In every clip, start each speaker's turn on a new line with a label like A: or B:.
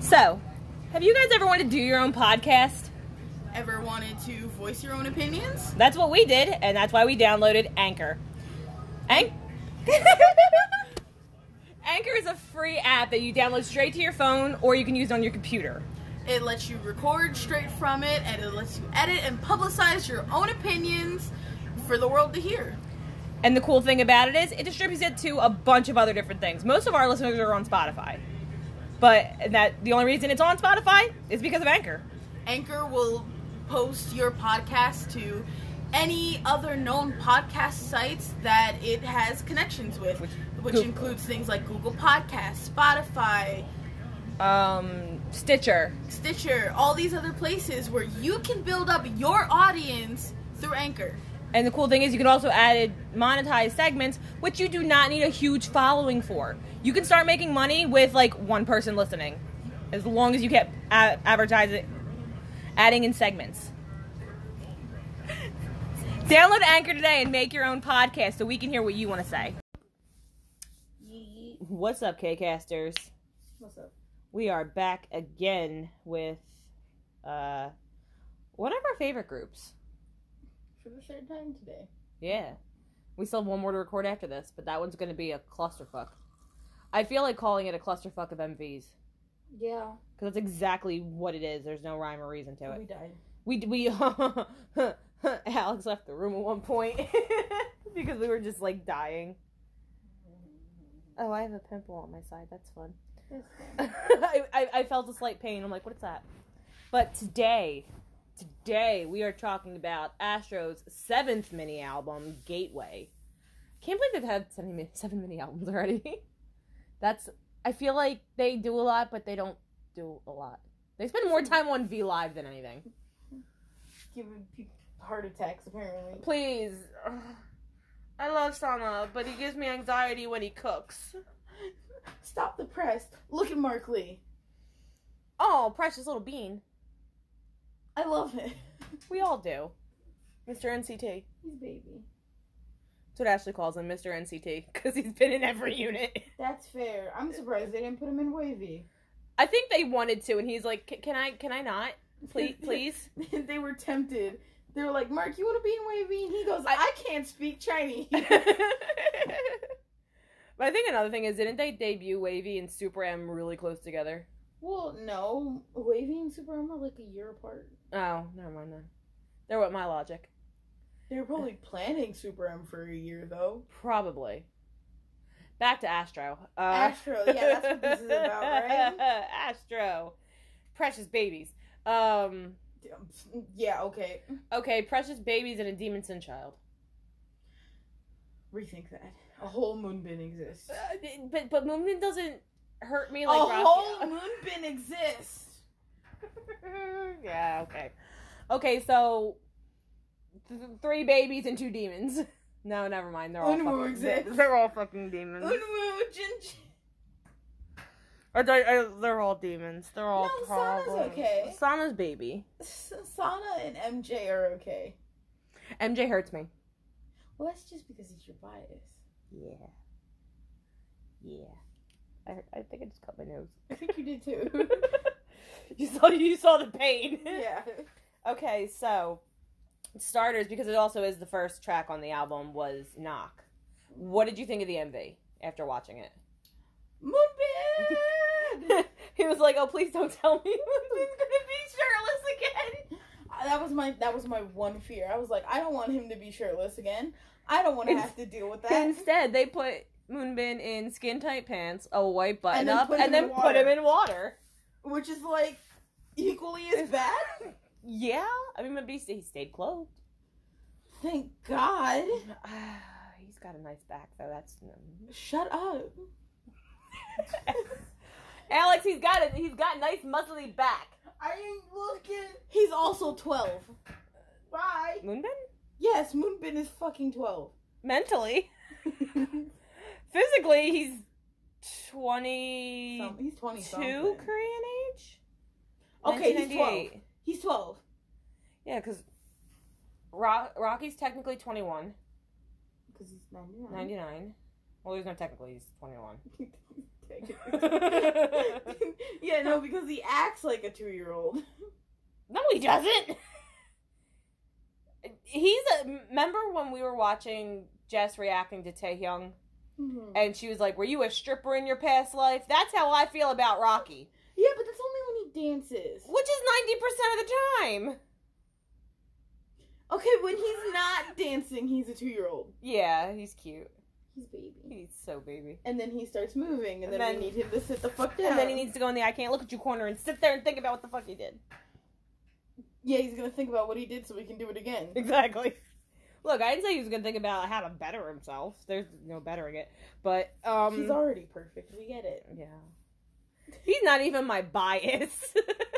A: So, have you guys ever wanted to do your own podcast?
B: Ever wanted to voice your own opinions?
A: That's what we did, and that's why we downloaded Anchor. Anch- Anchor is a free app that you download straight to your phone or you can use on your computer.
B: It lets you record straight from it, and it lets you edit and publicize your own opinions for the world to hear.
A: And the cool thing about it is it distributes it to a bunch of other different things. Most of our listeners are on Spotify. But that the only reason it's on Spotify is because of Anchor.
B: Anchor will post your podcast to any other known podcast sites that it has connections with,
A: Which-
B: which,
A: Google.
B: includes things like Google Podcasts, Spotify,
A: Um, Stitcher.
B: Stitcher, all these other places where you can build up your audience through Anchor.
A: And the cool thing is you can also add monetized segments, which you do not need a huge following for. You can start making money with like one person listening, as long as you kept a- advertising, adding in segments. Download Anchor today and make your own podcast so we can hear what you want to say. What's up, K-Casters?
B: What's up?
A: We are back again with uh, one of our favorite groups.
B: For the third time today.
A: Yeah. We still have one more to record after this, but that one's going to be a clusterfuck. I feel like calling it a clusterfuck of MVs
C: Yeah,
A: because that's exactly what it is. There's no rhyme or reason to
C: we
A: it.
C: died.
A: We we Alex left the room at one point because we were just like dying. Oh, I have a pimple on my side. That's fun. I, I, I felt a slight pain. I'm like, what's that? But today, today we are talking about Astro's seventh mini album, Gateway. Can't believe they've had seven, mi- seven mini albums already. That's I feel like they do a lot, but they don't do a lot. They spend more time on V Live than anything.
C: Giving people heart attacks apparently.
A: Please. I love Sama, but he gives me anxiety when he cooks.
C: Stop the press.
B: Look at Mark Lee.
A: Oh, precious little bean.
C: I love it.
A: We all do. Mr. NCT.
C: He's baby.
A: That's what Ashley calls him, Mr. NCT, because he's been in every unit.
C: That's fair. I'm surprised they didn't put him in wavy.
A: I think they wanted to, and he's like, "C- "Can I? Can I not? Please, please."
C: they were tempted. They were like, Mark, you want to be in wavy? And he goes,
A: I-
C: I, can't speak Chinese.
A: but I think another thing is, didn't they debut Wavy and Super M really close together?
C: well, no. Wavy and Super M are like a year apart.
A: Oh, never mind then. There went my logic.
C: They were probably planning Super M for a year though.
A: Probably. Back to Astro. Uh,
C: Astro, Oh, yeah, that's what this is about, right?
A: Astro. Precious babies. Um.
C: Yeah, okay.
A: Okay, precious babies and a demon sin child.
C: Rethink that. A whole moonbin exists.
A: Uh, but but Moomin doesn't hurt me
C: A
A: like Raphael.
C: whole moonbin exists.
A: yeah, okay. Okay, so th- th- three babies and two demons. No, never mind. They're all
C: Unwoo
A: fucking,
C: exists.
A: They're all fucking demons.
C: Unwoo, Jinji.
A: Or they- or they're all demons. They're all
C: No, Sana's
A: problems.
C: okay.
A: Sana's baby.
C: S- Sana and MJ are okay.
A: MJ hurts me.
C: Well, that's just because it's your bias.
A: Yeah. Yeah. I, I think I just cut my nose.
C: I think you did too.
A: you saw you saw the pain.
C: yeah.
A: Okay, so starters because it also is the first track on the album was Knock. What did you think of the MV after watching it?
C: Moonbin!
A: he was like, "Oh, please don't tell me he's gonna be shirtless again."
C: Uh, that was my that was my one fear. I was like, I don't want him to be shirtless again. I don't want to
A: Ins-
C: have to deal with that.
A: Instead, they put Moonbin in skin tight pants, a white button
C: And then
A: up,
C: put
A: and
C: him in
A: then put
C: water.
A: him in water.
C: Which is like equally as bad.
A: Yeah, I mean, maybe he stayed clothed.
C: Thank God.
A: He's got a nice back though. That's
C: Shut up.
A: Alex. He's got a he's got a nice muscly back.
C: I ain't looking. He's also 12. Bye.
A: Moonbin
C: Yes, Moonbin is fucking 12.
A: mentally. physically he's 22
C: Some- he's 20
A: korean
C: something.
A: age
C: Okay, he's
A: 1998.
C: 12. He's 12.
A: yeah because Ro- rocky's technically 21
C: Because he's 99.
A: 99 well there's no technically he's 21
C: yeah, no, because Because he acts like a two year old.
A: No, he doesn't. He's a. Remember when we were watching Jess reacting to Taehyung,
C: Mm-hmm.
A: and she was like, "Were you a stripper in your past life?" That's how I feel about Rocky,
C: Yeah, but that's only when he dances.
A: which is ninety percent of the time.
C: Okay, when he's not dancing, he's a two year old.
A: Yeah, he's cute.
C: He's baby.
A: He's so baby.
C: And then he starts moving,
A: And
C: and, then,
A: then-
C: we need him to sit the fuck down.
A: And then he needs to go in the I can't look at you corner and sit there and think about what the fuck he did.
C: Yeah, he's gonna think about what he did so we can do it again.
A: Exactly. Look, I didn't say he was gonna think about how to better himself. There's no bettering it. But um
C: he's already perfect. We get it.
A: Yeah. He's not even my bias.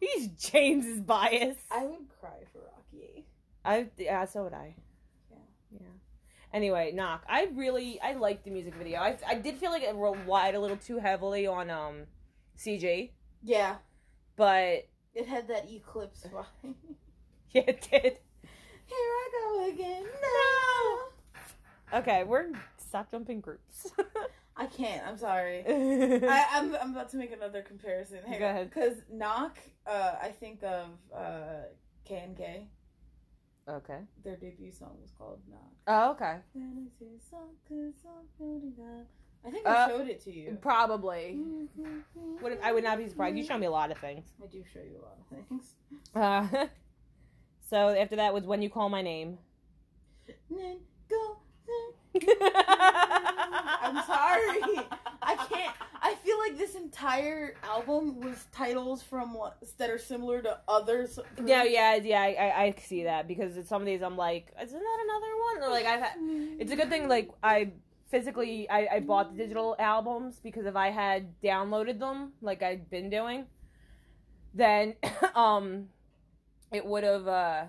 A: He's James's bias.
C: I would cry for Rocky.
A: I yeah, so would I.
C: Yeah.
A: Yeah. Anyway, knock. I really I liked the music video. I I did feel like it relied a little too heavily on um CJ,
C: Yeah,
A: but
C: it had that eclipse vibe. Here
A: yeah, it did.
C: I go again. No,
A: Okay, we're stop jumping groups.
C: I can't. I'm sorry.
A: I,
C: I, I'm, I'm about to make another comparison. Hang
A: Go ahead.
C: Because knock, uh, I think of uh, K and K.
A: okay.
C: Their debut song was called Knock.
A: Oh, okay.
C: Then I say something, something to knock. I think
A: Uh,
C: I showed it to you.
A: Probably. Would I would not be surprised. You show me a lot of things.
C: I do show you a lot of
A: Uh,
C: things.
A: so after that was when you call my name.
C: Then go. then-
A: I'm
C: sorry. I can't. I feel like this entire album was titles from what, that are similar to others.
A: No, yeah, yeah, I, I, I see that because it's some of these I'm like, isn't that another one? Or like I've had, it's a good thing like I physically I, I bought the digital albums because if I had downloaded them like I'd been doing, then um it would have uh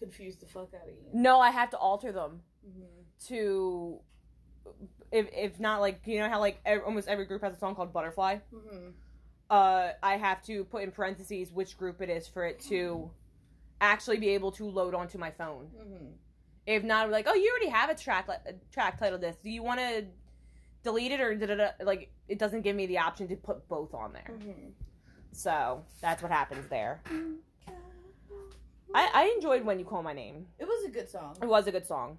C: confused the fuck out of you.
A: no I have to alter them
C: Mhm.
A: to if if not like you know how like ev- almost every group has a song called Butterfly.
C: Mhm.
A: uh, I have to put in parentheses which group it is for it to actually be able to load onto my phone.
C: Mhm.
A: If not, I'm like, oh, you already have a track li- a track title. This, do you want to delete it or da da da? Like, it doesn't give me the option to put both on there.
C: Mhm.
A: So that's what happens there. I, I enjoyed when you call my name.
C: It was a good song.
A: It was a good song.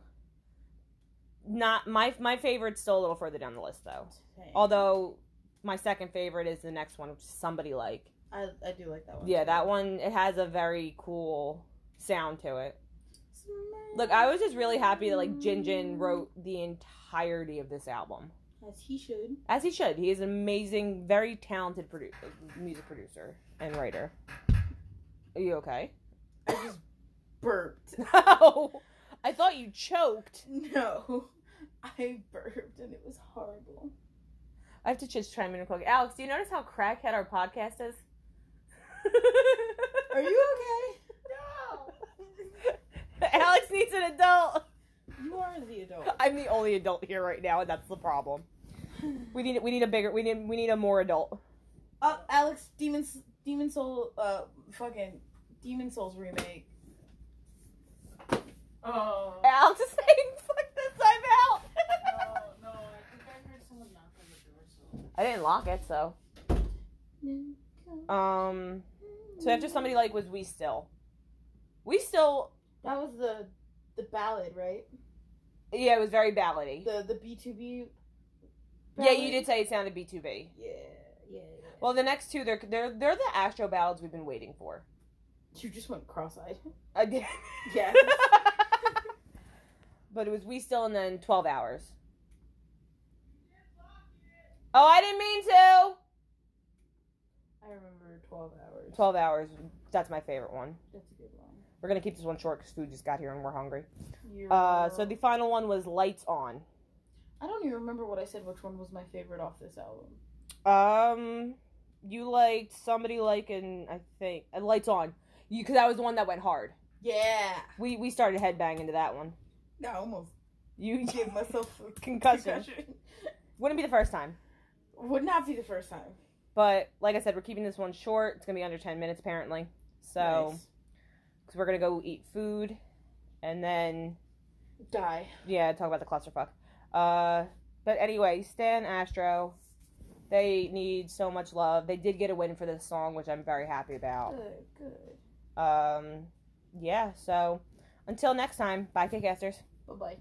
A: Not my my favorite's still a little further down the list though. Although my second favorite is the next one, which is somebody like.
C: I, I do like that one.
A: Yeah,
C: too.
A: that one it has a very cool sound to it. Look, I was just really happy that like Jin Jin wrote the entirety of this album.
C: As he should.
A: As he should. He is an amazing, very talented produ- music producer and writer. Are you okay?
C: I just burped.
A: No. I thought you choked.
C: No, I burped and it was horrible.
A: I have to just chime in real quick. Alex, do you notice how crackhead our podcast is?
C: Are you
A: Alex needs an adult.
C: okay? You are the adult.
A: I'm the only adult here right now, and that's the problem. We need we need a bigger we need we need a more adult.
C: Uh, Alex, Demon S- Demon Soul, uh, fucking Demon Souls remake.
B: Oh.
A: Alex is saying, "Fuck this, I'm out."
B: no, I think I heard someone knock on the door. So.
A: I didn't lock it, so um. So after somebody like was we still, we still
C: That was the the ballad, right?
A: yeah it was very ballady.
C: The the B two B.
A: Yeah, you did say it sounded B two B.
C: Yeah, yeah. yeah.
A: Well, the next two they're they're they're the Astro ballads we've been waiting for.
C: You just went cross-eyed.
A: I did.
C: Yeah.
A: but it was we still and then 12 hours. Oh, I didn't mean to.
C: I remember twelve hours.
A: 12 hours. That's my favorite one.
C: That's a good one.
A: We're going to keep this one short because food just got here and we're hungry.
C: You're-
A: Uh, so the final one was Lights On.
C: I don't even remember what I said. Which one was my favorite off this album?
A: Um, you liked somebody like and I think uh, Lights On. You because that was the one that went hard.
C: Yeah,
A: We we started headbanging to that one.
C: I almost
A: You
C: gave myself a
A: concussion.
C: concussion.
A: Wouldn't be the first time.
C: Would not be the first time.
A: But like I said, we're keeping this one short. It's gonna be under ten minutes apparently. So
C: Nice.
A: because we're gonna go eat food, and then
C: die.
A: yeah, talk about the clusterfuck. Uh, but anyway, Stan Astro, They need so much love. They did get a win for this song, which I'm very happy about.
C: Good, good.
A: Um, yeah, so until next time, bye, Kickasters.
C: Bye bye.